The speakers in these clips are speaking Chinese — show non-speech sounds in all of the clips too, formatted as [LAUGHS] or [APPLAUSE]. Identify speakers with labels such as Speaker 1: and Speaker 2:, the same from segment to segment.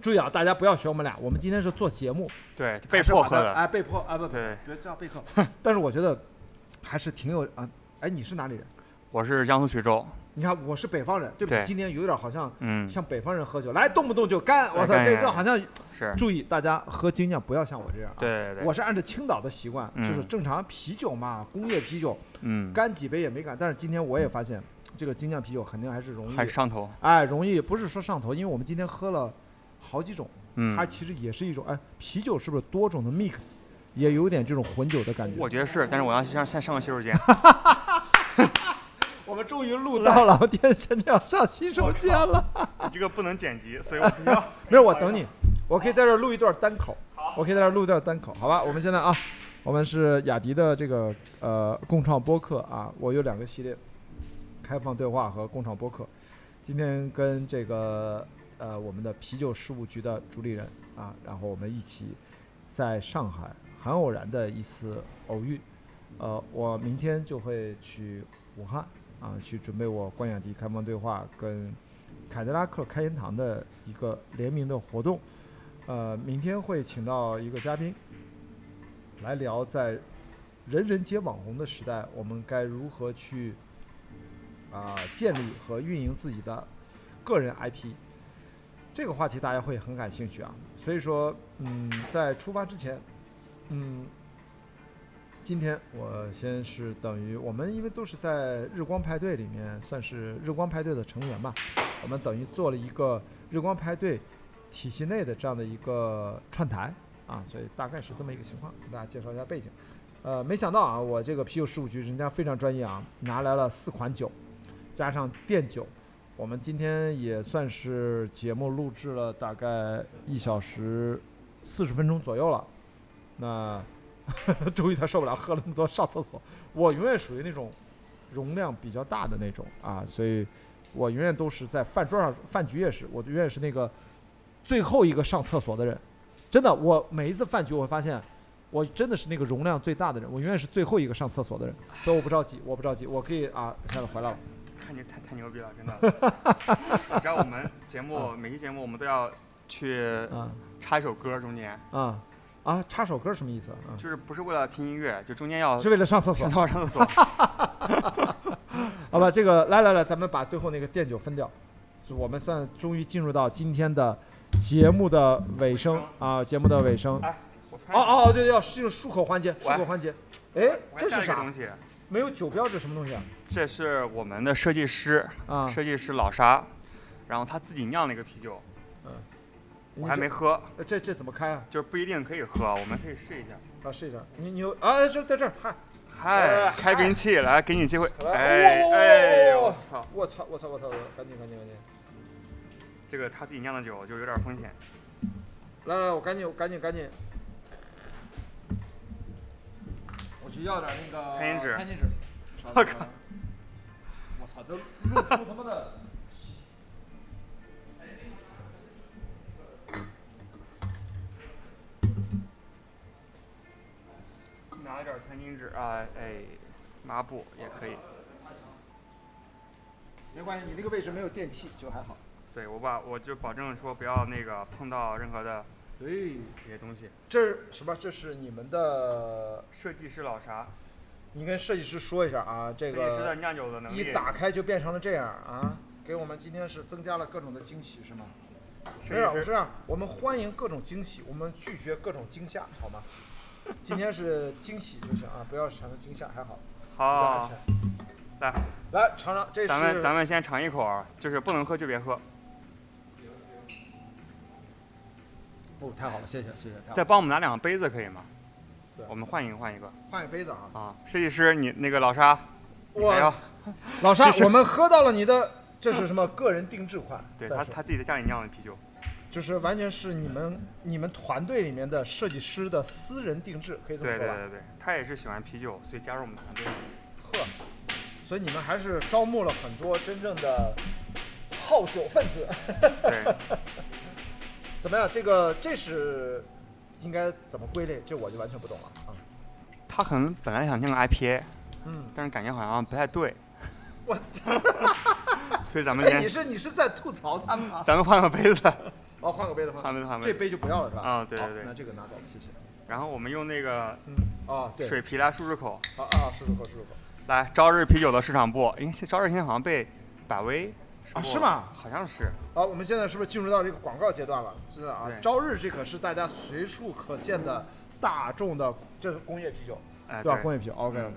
Speaker 1: 注意啊，大家不要学我们俩，我们今天是做节目，
Speaker 2: 对，被迫喝的，
Speaker 1: 哎，被迫啊，不不，
Speaker 2: 对
Speaker 1: 别叫被迫。 [LAUGHS] 但是我觉得还是挺有啊，哎，你是哪里人？
Speaker 2: 我是江苏徐州，
Speaker 1: 你看我是北方人，对不起，
Speaker 2: 对
Speaker 1: 今天有点好像
Speaker 2: 嗯，
Speaker 1: 像北方人喝酒，来动不动就干，我操，
Speaker 2: 干
Speaker 1: 这
Speaker 2: 干
Speaker 1: 这好像
Speaker 2: 是，
Speaker 1: 注意大家喝精酿不要像我这样、啊。
Speaker 2: 对对对，
Speaker 1: 我是按照青岛的习惯，
Speaker 2: 嗯
Speaker 1: 就是正常啤酒嘛，工业啤酒
Speaker 2: 嗯，
Speaker 1: 干几杯也没干。但是今天我也发现，这个精酿啤酒肯定还是容易
Speaker 2: 还，是上头，
Speaker 1: 哎，容易不是说上头，因为我们今天喝了好几种，
Speaker 2: 嗯
Speaker 1: 它，其实也是一种，哎，啤酒是不是多种的 mix，也有点这种混酒的感觉。
Speaker 2: 我觉得是，但是我要先先上个洗
Speaker 1: [LAUGHS]
Speaker 2: 手间，
Speaker 1: 我们终于录到了，电真的要上洗手间了。
Speaker 2: 你这个不能剪辑，所以我不要，
Speaker 1: 没有，我等你，我可以在这儿录一段单口，我可以在这儿录一段单口，好吧？我们现在啊，我们是雅迪的这个呃共创播客啊，我有两个系列，开放对话和共创播客。今天跟这个呃我们的啤酒事务局的主理人啊，然后我们一起在上海很偶然的一次偶遇，呃，我明天就会去武汉啊，去准备我关雅迪开放对话跟凯迪拉克开心堂的一个联名的活动。呃，明天会请到一个嘉宾来聊在人人皆网红的时代，我们该如何去啊、建立和运营自己的个人 IP。这个话题大家会很感兴趣啊，所以说，嗯，在出发之前，嗯，今天我先是等于我们因为都是在日光派对里面算是日光派对的成员吧，我们等于做了一个日光派对体系内的这样的一个串台啊，所以大概是这么一个情况，给大家介绍一下背景。呃，没想到啊，我这个啤酒事务局人家非常专业啊，拿来了四款酒，加上垫酒。我们今天也算是节目录制了大概一小时四十分钟左右了，那 [LAUGHS] 终于他受不了，喝了那么多上厕所。我永远属于那种容量比较大的那种啊，所以我永远都是在饭桌上，饭局也是，我永远是那个最后一个上厕所的人。真的，我每一次饭局，我会发现，我真的是那个容量最大的人，我永远是最后一个上厕所的人，所以我不着急，我不着急，我可以啊，现在回来了。
Speaker 2: 看你太太牛逼了，真的，你知道我们节目每期节目我们都要去
Speaker 1: 啊
Speaker 2: 插一首歌中间，
Speaker 1: 啊啊！插首歌什么意思啊？
Speaker 2: 就是不是为了听音乐，就中间要
Speaker 1: 是为了上厕所
Speaker 2: 上，到上
Speaker 1: [LAUGHS]
Speaker 2: 厕所，
Speaker 1: 好吧？这个来来来，咱们把最后那个垫酒分掉，就我们算终于进入到今天的节目的尾声啊，节目的尾声。
Speaker 2: 哎，我突然
Speaker 1: 哦哦哦，对，要进入漱口环节，漱
Speaker 2: 喂
Speaker 1: 口环节。哎，
Speaker 2: 我还
Speaker 1: 这是
Speaker 2: 带了一
Speaker 1: 啥
Speaker 2: 个东？西？
Speaker 1: 没有酒标，这什么东西啊？
Speaker 2: 这是我们的设计师，
Speaker 1: 啊，
Speaker 2: 设计师老沙，然后他自己酿了一个啤酒，
Speaker 1: 你
Speaker 2: 我还
Speaker 1: 这
Speaker 2: 没喝，
Speaker 1: 呃这这怎么开啊？
Speaker 2: 就是不一定可以喝，我们可以试一下。
Speaker 1: 啊，试一下。你你有啊？这在这儿，嗨，
Speaker 2: 嗨，哎开瓶器，来给你机会。
Speaker 1: 来
Speaker 2: 哎
Speaker 1: 哦
Speaker 2: 哎，我操，
Speaker 1: 我操我操我操！我赶紧赶紧赶紧！
Speaker 2: 这个他自己酿的酒就有点风险。
Speaker 1: 来来，来我赶紧我赶紧赶紧。我去要点那个
Speaker 2: 餐巾纸
Speaker 1: 餐巾
Speaker 2: [LAUGHS]
Speaker 1: 纸。我靠！我操，都露出他妈的。
Speaker 2: 拿一点餐巾纸啊，哎，抹布也可以。
Speaker 1: 没关系，你那个位置没有电器，就还好。
Speaker 2: 对我把我就保证说不要那个碰到任何的
Speaker 1: 对，
Speaker 2: 这些东西。
Speaker 1: 这是什么？这是你们的，
Speaker 2: 设计师老沙，
Speaker 1: 你跟设计师说一下啊，这
Speaker 2: 设计师的
Speaker 1: 个
Speaker 2: 酿酒的能力
Speaker 1: 一，打开就变成了这样啊，给我们今天是增加了各种的惊喜，是吗？没有，
Speaker 2: 设
Speaker 1: 我
Speaker 2: 计
Speaker 1: 是
Speaker 2: 师
Speaker 1: 这样，我们欢迎各种惊喜，我们拒绝各种惊吓，好吗？今天是惊喜就行啊，不要产生惊吓，还好，比较安
Speaker 2: 好，
Speaker 1: 全。
Speaker 2: 哦来，
Speaker 1: 来尝尝，这是啊
Speaker 2: 咱们咱们先尝一口啊，就是不能喝就别喝，
Speaker 1: 哦，太好了，谢谢谢谢，太好
Speaker 2: 再
Speaker 1: 了。
Speaker 2: 帮我们拿两个杯子可以吗
Speaker 1: 对？
Speaker 2: 我们换一个换一个
Speaker 1: 换一杯子啊！
Speaker 2: 啊，设计师你那个老沙，你还要
Speaker 1: 哇，老沙
Speaker 2: 是，是
Speaker 1: 我们喝到了你的，这是什么个人定制款？
Speaker 2: [LAUGHS] 对
Speaker 1: 再
Speaker 2: 他
Speaker 1: 说
Speaker 2: 他自己在家里酿的啤酒，
Speaker 1: 就是完全是你们你们团队里面的设计师的私人定制，可以这么
Speaker 2: 对对
Speaker 1: 说吧？
Speaker 2: 对对，他也是喜欢啤酒，所以加入我们团队。 [LAUGHS]
Speaker 1: 呵，所以你们还是招募了很多真正的好酒分子。 [LAUGHS]
Speaker 2: 对，
Speaker 1: 怎么样？这个这是应该怎么归类？这我就完全不懂了啊。
Speaker 2: 他可能本来想酿个 IPA，
Speaker 1: 嗯，
Speaker 2: 但是感觉好像不太对，
Speaker 1: [LAUGHS] 我
Speaker 2: 所以咱们
Speaker 1: 哎，
Speaker 2: 先 [LAUGHS]
Speaker 1: 你是你是在吐槽他们吗？
Speaker 2: 咱们换个杯子， [LAUGHS]
Speaker 1: 哦，换个杯子，换个
Speaker 2: 换杯子换杯
Speaker 1: 这
Speaker 2: 子
Speaker 1: 杯就不要了是吧？
Speaker 2: 啊对对
Speaker 1: 好
Speaker 2: 对
Speaker 1: 那这个拿走，谢谢。
Speaker 2: 然后我们用那个
Speaker 1: 嗯，哦，对，
Speaker 2: 水皮来漱漱口。
Speaker 1: 啊啊，漱漱口，漱漱口。
Speaker 2: 来，朝日啤酒的市场部，哎，现朝日现在好像被百威收购
Speaker 1: 啊
Speaker 2: 了
Speaker 1: 是吗
Speaker 2: 好像是。
Speaker 1: 好，我们现在是不是进入到这个广告阶段了？是的啊
Speaker 2: 对，
Speaker 1: 朝日这可是大家随处可见的大众的这是工业啤酒，
Speaker 2: 哎，
Speaker 1: 对吧？工
Speaker 2: 对
Speaker 1: 业啤酒，OK OK。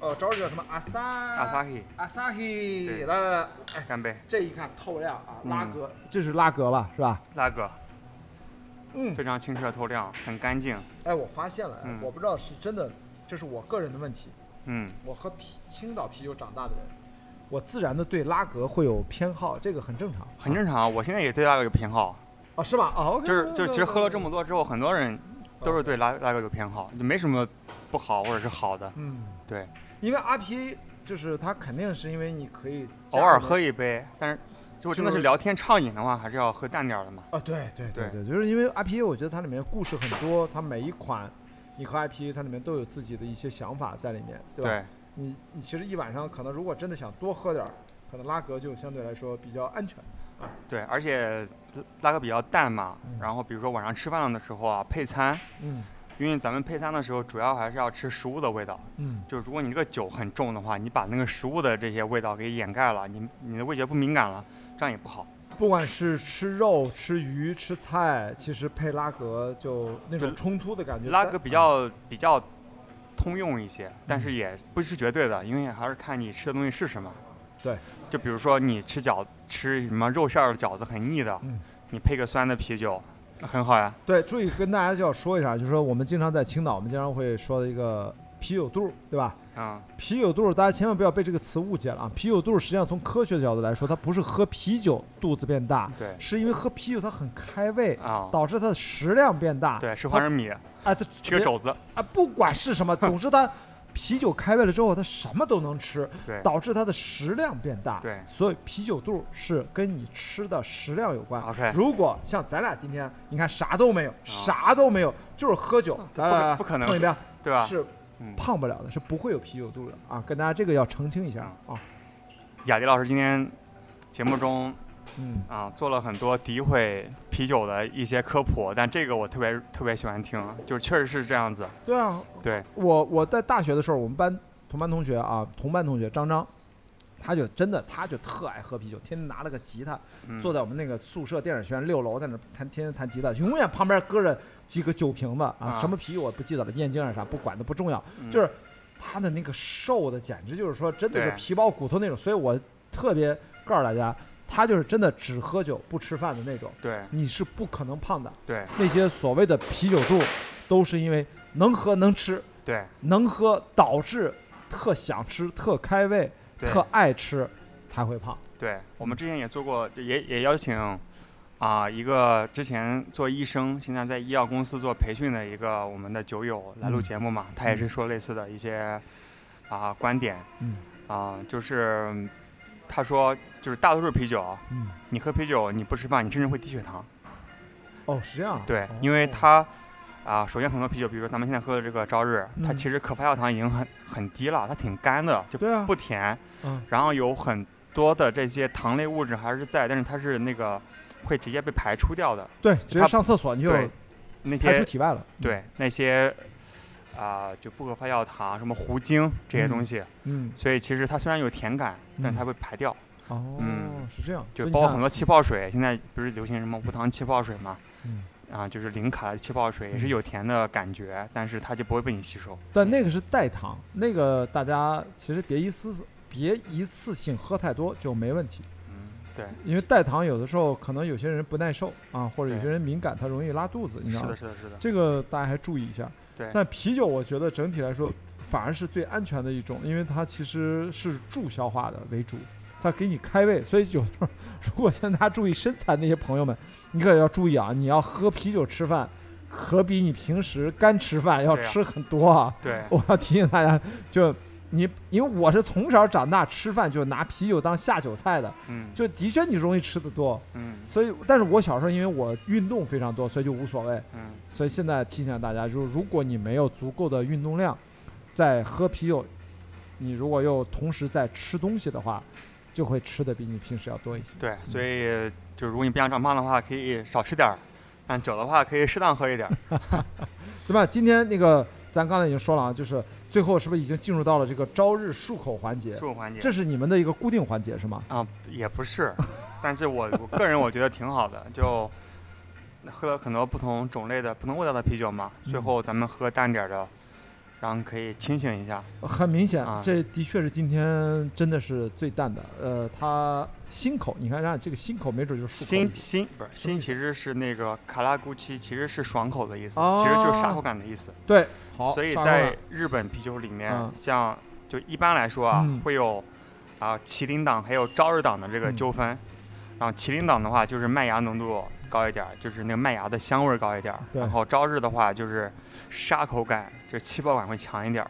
Speaker 1: 呃，朝日叫什么？阿萨阿
Speaker 2: ，Asahi，
Speaker 1: 阿萨希，
Speaker 2: 对
Speaker 1: 来来来，哎，
Speaker 2: 干杯，
Speaker 1: 这一看透亮啊，
Speaker 2: 嗯
Speaker 1: 拉格，这是拉格吧？是吧？[LAUGHS]
Speaker 2: 拉哥，
Speaker 1: 嗯，
Speaker 2: 非常清澈透亮，很干净。
Speaker 1: 哎，我发现了，哎
Speaker 2: 嗯
Speaker 1: 我不知道是真的，这是我个人的问题。
Speaker 2: 嗯，
Speaker 1: 我喝啤青岛啤酒长大的人，我自然的对拉格会有偏好，这个很正常
Speaker 2: 很正常。我现在也对拉哥有偏好，
Speaker 1: 啊，是吧？哦，OK，
Speaker 2: 就是就是，其实喝了这么多之后，很多人都是
Speaker 1: OK
Speaker 2: 对拉拉哥有偏好，就没什么不好或者是好的。
Speaker 1: 嗯，
Speaker 2: 对，
Speaker 1: 因为 RPA 就是它肯定是因为你可以
Speaker 2: 偶尔
Speaker 1: 加
Speaker 2: 喝一杯，但是如果真的
Speaker 1: 就是是
Speaker 2: 聊天畅饮的话，还是要喝淡点儿的嘛。
Speaker 1: 啊，对对
Speaker 2: 对
Speaker 1: 对，就是因为 IPA，我觉得它里面故事很多，它每一款你喝 IPA，它里面都有自己的一些想法在里面，对吧？
Speaker 2: 对，
Speaker 1: 你你其实一晚上可能如果真的想多喝点儿，可能拉格就相对来说比较安全。
Speaker 2: 对，而且拉哥比较淡嘛
Speaker 1: 嗯，
Speaker 2: 然后比如说晚上吃饭的时候啊，配餐，
Speaker 1: 嗯
Speaker 2: 因为咱们配餐的时候主要还是要吃食物的味道。
Speaker 1: 嗯，
Speaker 2: 就如果你这个酒很重的话，你把那个食物的这些味道给掩盖了，你你的味觉不敏感了，这样也不好。
Speaker 1: 不管是吃肉、吃鱼、吃菜，其实配拉格就那种
Speaker 2: 就
Speaker 1: 冲突的嗯感觉。
Speaker 2: 拉
Speaker 1: 但
Speaker 2: 格比较比较通用一些，但
Speaker 1: 嗯
Speaker 2: 是也不是绝对的，因为还是看你吃的东西是什么。
Speaker 1: 对，
Speaker 2: 就比如说你吃饺吃什么肉馅儿的饺子很腻的，
Speaker 1: 嗯
Speaker 2: 你配个酸的啤酒，那很好呀。
Speaker 1: 对，注意跟大家就要说一下，就是说我们经常在青岛，我们经常会说的一个啤酒肚，对吧？
Speaker 2: 嗯，
Speaker 1: 啤酒肚，大家千万不要被这个词误解了啊！啤酒肚实际上从科学的角度来说，它不是喝啤酒肚子变大，
Speaker 2: 对
Speaker 1: 是因为喝啤酒它很开胃，
Speaker 2: 啊，
Speaker 1: 导致它的食量变大。，
Speaker 2: 对，吃花生米，
Speaker 1: 哎，它
Speaker 2: 吃个肘子，
Speaker 1: 啊，不管是什
Speaker 2: [LAUGHS]
Speaker 1: 么，总之它啤酒开胃了之后，它什么都能吃，
Speaker 2: 对
Speaker 1: 导致它的食量变大。
Speaker 2: 对
Speaker 1: 所以啤酒肚是跟你吃的食量有关。
Speaker 2: OK
Speaker 1: 如果像咱俩今天，你看啥都没有，啥都没有，就是喝酒，哎咱俩
Speaker 2: 啊不可能
Speaker 1: 碰一杯，
Speaker 2: 对吧？
Speaker 1: 是
Speaker 2: 嗯
Speaker 1: 胖不了的，是不会有啤酒肚的啊！跟大家这个要澄清一下啊。
Speaker 2: 雅迪老师今天节目中
Speaker 1: 嗯，
Speaker 2: 啊，做了很多诋毁啤酒的一些科普，但这个我特别特别喜欢听，就是确实是这样子。
Speaker 1: 对啊，
Speaker 2: 对，
Speaker 1: 我我在大学的时候，我们班同班同学啊，同班同学张张。他就真的，他就特爱喝啤酒，天天拿了个吉他，
Speaker 2: 嗯、
Speaker 1: 坐在我们那个宿舍电影学院六楼，在那弹，天天弹吉他，永远旁边搁着几个酒瓶子啊
Speaker 2: 啊，
Speaker 1: 什么啤我不记得了，燕京还是啥，不管的不重要，
Speaker 2: 嗯
Speaker 1: 就是他的那个瘦的，简直就是说真的是
Speaker 2: 对啊
Speaker 1: 皮包骨头那种，所以我特别告诉大家，他就是真的只喝酒不吃饭的那种，
Speaker 2: 对
Speaker 1: 你是不可能胖的。
Speaker 2: 对
Speaker 1: 那些所谓的啤酒肚，都是因为能喝能吃，
Speaker 2: 对
Speaker 1: 能喝导致特想吃、特开胃、
Speaker 2: 对
Speaker 1: 特嗯爱吃才会胖。
Speaker 2: 对，我们之前也做过，也也邀请啊、一个之前做医生，现在在医药公司做培训的一个我们的酒友来录
Speaker 1: 嗯
Speaker 2: 节目嘛，他也是说类似的一些啊、观点
Speaker 1: 嗯
Speaker 2: 啊、就是嗯他说就是大多数啤酒啊，
Speaker 1: 嗯，
Speaker 2: 你喝啤酒你不吃饭，你甚至会低血糖。
Speaker 1: 哦，是这样啊。
Speaker 2: 对
Speaker 1: 哦，
Speaker 2: 因为它啊，首先很多啤酒，比如说咱们现在喝的这个朝日，它
Speaker 1: 嗯
Speaker 2: 其实可发酵糖已经很很低了，它挺干的，就
Speaker 1: 对啊，
Speaker 2: 不甜，
Speaker 1: 嗯
Speaker 2: 然后有很多的这些糖类物质还是在，但是它是那个会直接被排除掉的，
Speaker 1: 对，直接
Speaker 2: 它
Speaker 1: 上厕所你就
Speaker 2: 对那
Speaker 1: 排出
Speaker 2: 些
Speaker 1: 体外了。，
Speaker 2: 对那些。啊、就不可发酵糖、什么糊精这些东西，
Speaker 1: 嗯，
Speaker 2: 所以其实它虽然有甜感，但
Speaker 1: 嗯
Speaker 2: 它被排掉，
Speaker 1: 哦，
Speaker 2: 嗯
Speaker 1: 是这样，
Speaker 2: 就
Speaker 1: 所以你
Speaker 2: 包括
Speaker 1: 看
Speaker 2: 很多气泡水。现在不是流行什么无糖气泡水嘛？
Speaker 1: 嗯
Speaker 2: 啊，就是零卡的气泡水也
Speaker 1: 嗯
Speaker 2: 是有甜的感觉，但是它就不会被你吸收。
Speaker 1: 但那个是代糖，那个大家其实别一次别一次性喝太多就没问题，
Speaker 2: 嗯，对，
Speaker 1: 因为代糖有的时候可能有些人不耐受啊，或者有
Speaker 2: 对
Speaker 1: 些人敏感，他容易拉肚子，你知
Speaker 2: 是
Speaker 1: 道
Speaker 2: 的，
Speaker 1: 吗？
Speaker 2: 是的，是的，
Speaker 1: 这个大家还注意一下。
Speaker 2: 对
Speaker 1: 但啤酒我觉得整体来说反而是最安全的一种，因为它其实是助消化的为主，它给你开胃，所以有时候如果像大家注意身材的那些朋友们，你可要注意啊，你要喝啤酒吃饭，可比你平时干吃饭要
Speaker 2: 对啊
Speaker 1: 吃很多啊。
Speaker 2: 对，
Speaker 1: 我要提醒大家，就你，因为我是从小长大吃饭就拿啤酒当下酒菜的，
Speaker 2: 嗯，
Speaker 1: 就的确你容易吃得多，
Speaker 2: 嗯
Speaker 1: 所以，但是我小时候因为我运动非常多，所以就无所谓。
Speaker 2: 嗯，
Speaker 1: 所以现在提醒大家，就是如果你没有足够的运动量，在喝啤酒，你如果又同时在吃东西的话，就会吃的比你平时要多一些。
Speaker 2: 对，所
Speaker 1: 嗯
Speaker 2: 以就如果你不想长胖的话，可以少吃点儿；但酒的话，可以适当喝一点儿。
Speaker 1: 怎么样？今天那个咱刚才已经说了啊，就是最后是不是已经进入到了这个朝日漱口环节
Speaker 2: 这？种环节
Speaker 1: 这是你们的一个固定环节是吗？
Speaker 2: 啊，也不是，但是我我个人我觉得挺好的，就喝了很多不同种类的、不同味道的啤酒嘛。最
Speaker 1: 嗯
Speaker 2: 后咱们喝淡点儿的，然后可以清醒一下。
Speaker 1: 很明显
Speaker 2: 啊，
Speaker 1: 这的确是今天真的是最淡的。呃，它新口，你看人家这个新口没准就是漱口
Speaker 2: 新
Speaker 1: 的意思
Speaker 2: 新不是新，其实是那个卡拉古奇，其实是爽口的意思，
Speaker 1: 哦
Speaker 2: 其实就是沙口感的意思。
Speaker 1: 对，好，
Speaker 2: 所以
Speaker 1: 上来
Speaker 2: 在日本啤酒里面，
Speaker 1: 嗯
Speaker 2: 像就一般来说啊，
Speaker 1: 嗯
Speaker 2: 会有啊麒麟党还有朝日党的这个
Speaker 1: 嗯
Speaker 2: 纠纷。然后麒麟党的话就是麦芽浓度高一点儿，就是那个麦芽的香味儿高一点儿。
Speaker 1: 对
Speaker 2: 然后朝日的话就是沙口感，就是气泡感会强一点儿。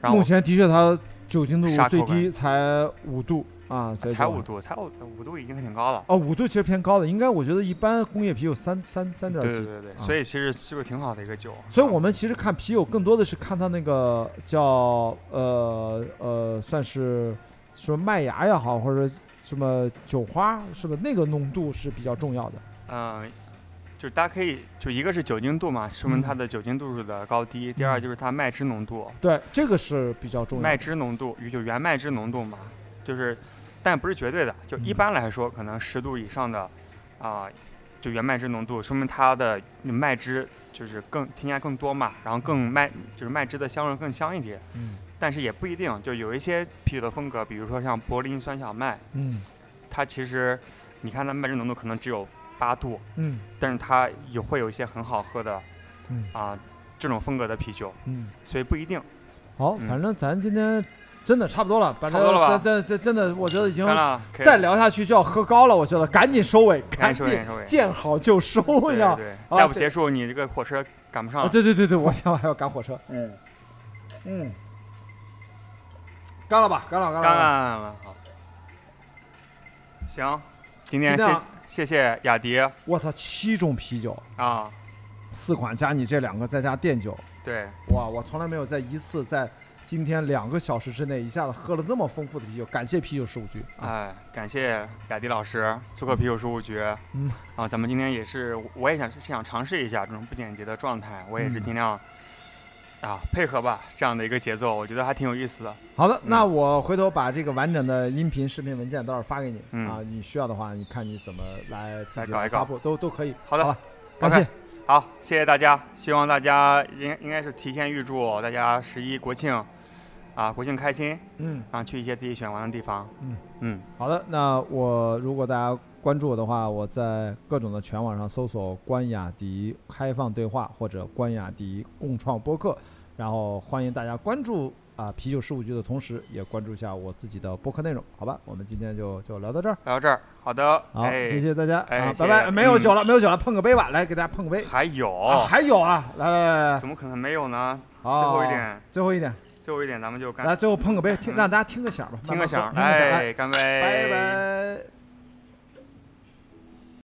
Speaker 2: 然后
Speaker 1: 目前的确它酒精度
Speaker 2: 沙口
Speaker 1: 最
Speaker 2: 感
Speaker 1: 低才五度啊，
Speaker 2: 我才五度，才五五度已经挺高了。
Speaker 1: 哦，五度其实偏高的，应该我觉得一般工业啤酒三三三点
Speaker 2: 对对
Speaker 1: 几。
Speaker 2: 对对，
Speaker 1: 啊
Speaker 2: 所以其实是个挺好的一个酒。
Speaker 1: 所以我们其实看啤酒更多的是看它那个叫呃呃，算是说麦芽也好，或者什么酒花，是吧？那个浓度是比较重要的。
Speaker 2: 嗯，就是大家可以，就一个是酒精度嘛，说
Speaker 1: 嗯
Speaker 2: 明它的酒精度数的高低；第二就是它麦汁浓度，
Speaker 1: 对，这个是比较重要
Speaker 2: 麦
Speaker 1: 的。
Speaker 2: 汁浓度与就原麦汁浓度嘛，就是，但不是绝对的，就一
Speaker 1: 嗯
Speaker 2: 般来说，可能十度以上的啊、就原麦汁浓度，说明它的麦汁就是更添加更多嘛，然后更麦就是麦汁的香味更香一些。
Speaker 1: 嗯
Speaker 2: 但是也不一定，就有一些啤酒的风格，比如说像柏林酸小麦，
Speaker 1: 嗯
Speaker 2: 它其实你看它麦汁浓度可能只有八度，
Speaker 1: 嗯
Speaker 2: 但是它也会有一些很好喝的
Speaker 1: 嗯
Speaker 2: 啊、这种风格的啤酒，
Speaker 1: 嗯。
Speaker 2: 所以不一定。
Speaker 1: 好，
Speaker 2: 嗯
Speaker 1: 反正咱今天真的差不多了，反
Speaker 2: 差
Speaker 1: 正
Speaker 2: 不多了吧
Speaker 1: 咱咱咱真的，我觉得已经
Speaker 2: 干了，可以
Speaker 1: 再聊下去就要喝高了，我觉得赶紧收尾，
Speaker 2: 赶
Speaker 1: 赶
Speaker 2: 紧收
Speaker 1: 紧
Speaker 2: 尾收尾。
Speaker 1: 见好就收，你
Speaker 2: 对
Speaker 1: 知道
Speaker 2: 对
Speaker 1: 吗？
Speaker 2: 对，
Speaker 1: 啊
Speaker 2: 再不
Speaker 1: 这
Speaker 2: 结束，你这个火车赶不上
Speaker 1: 啊，
Speaker 2: 了。
Speaker 1: 对对对对，我想我还要赶火车，
Speaker 2: 嗯，
Speaker 1: 嗯，干了吧，干了干了
Speaker 2: 干了，好。行，今天
Speaker 1: 今
Speaker 2: 谢
Speaker 1: 天啊
Speaker 2: 谢谢雅迪
Speaker 1: 我操，七种啤酒，
Speaker 2: 啊，
Speaker 1: 四款加你这两个，再加电酒，
Speaker 2: 对，
Speaker 1: 哇，我从来没有在一次在今天两个小时之内一下子喝了那么丰富的啤酒，感谢啤酒十五局啊，
Speaker 2: 哎，感谢雅迪老师做客啤酒事务局。
Speaker 1: 嗯，
Speaker 2: 啊，咱们今天也是，我也想是想尝试一下这种不简洁的状态，我也是
Speaker 1: 嗯
Speaker 2: 尽量。啊，配合吧，这样的一个节奏，我觉得还挺有意思的。
Speaker 1: 好的，那我回头把这个完整的音频、视频文件到时候发给你、
Speaker 2: 嗯
Speaker 1: 啊，你需要的话，你看你怎么来自
Speaker 2: 来
Speaker 1: 己
Speaker 2: 搞
Speaker 1: 来
Speaker 2: 一搞
Speaker 1: 发布，都都可以。
Speaker 2: 好的
Speaker 1: 了，感谢
Speaker 2: OK，好，谢谢大家，希望大家应应该是提前预祝大家十一国庆，啊，国庆开心，
Speaker 1: 嗯，
Speaker 2: 然后去一些自己喜欢玩的地方。
Speaker 1: 嗯
Speaker 2: 嗯，
Speaker 1: 好的，那我如果大家关注我的话，我在各种的全网上搜索“关雅迪开放对话”或者“关雅迪共创播客”，然后欢迎大家关注啊啤酒事务局的同时，也关注一下我自己的播客内容，好吧？我们今天就就聊到这儿，
Speaker 2: 聊到这儿，好的，
Speaker 1: 好，
Speaker 2: 哎，
Speaker 1: 谢谢大家、
Speaker 2: 哎
Speaker 1: 啊，
Speaker 2: 谢
Speaker 1: 拜
Speaker 2: 谢
Speaker 1: 拜！没有
Speaker 2: 嗯
Speaker 1: 酒了，没有酒了，碰个杯吧，来给大家碰个杯。
Speaker 2: 还有、
Speaker 1: 啊，哦还有啊，来来来来来，
Speaker 2: 怎么可能没有呢？
Speaker 1: 好，
Speaker 2: 最后一，点，
Speaker 1: 最后一点，
Speaker 2: 最后一点，咱们就干，
Speaker 1: 来，最后碰个杯，听
Speaker 2: 嗯
Speaker 1: 让大家听个响吧，
Speaker 2: 听
Speaker 1: 慢慢
Speaker 2: 个响儿，哎
Speaker 1: 喝听个响，
Speaker 2: 哎，干杯，
Speaker 1: 来拜拜。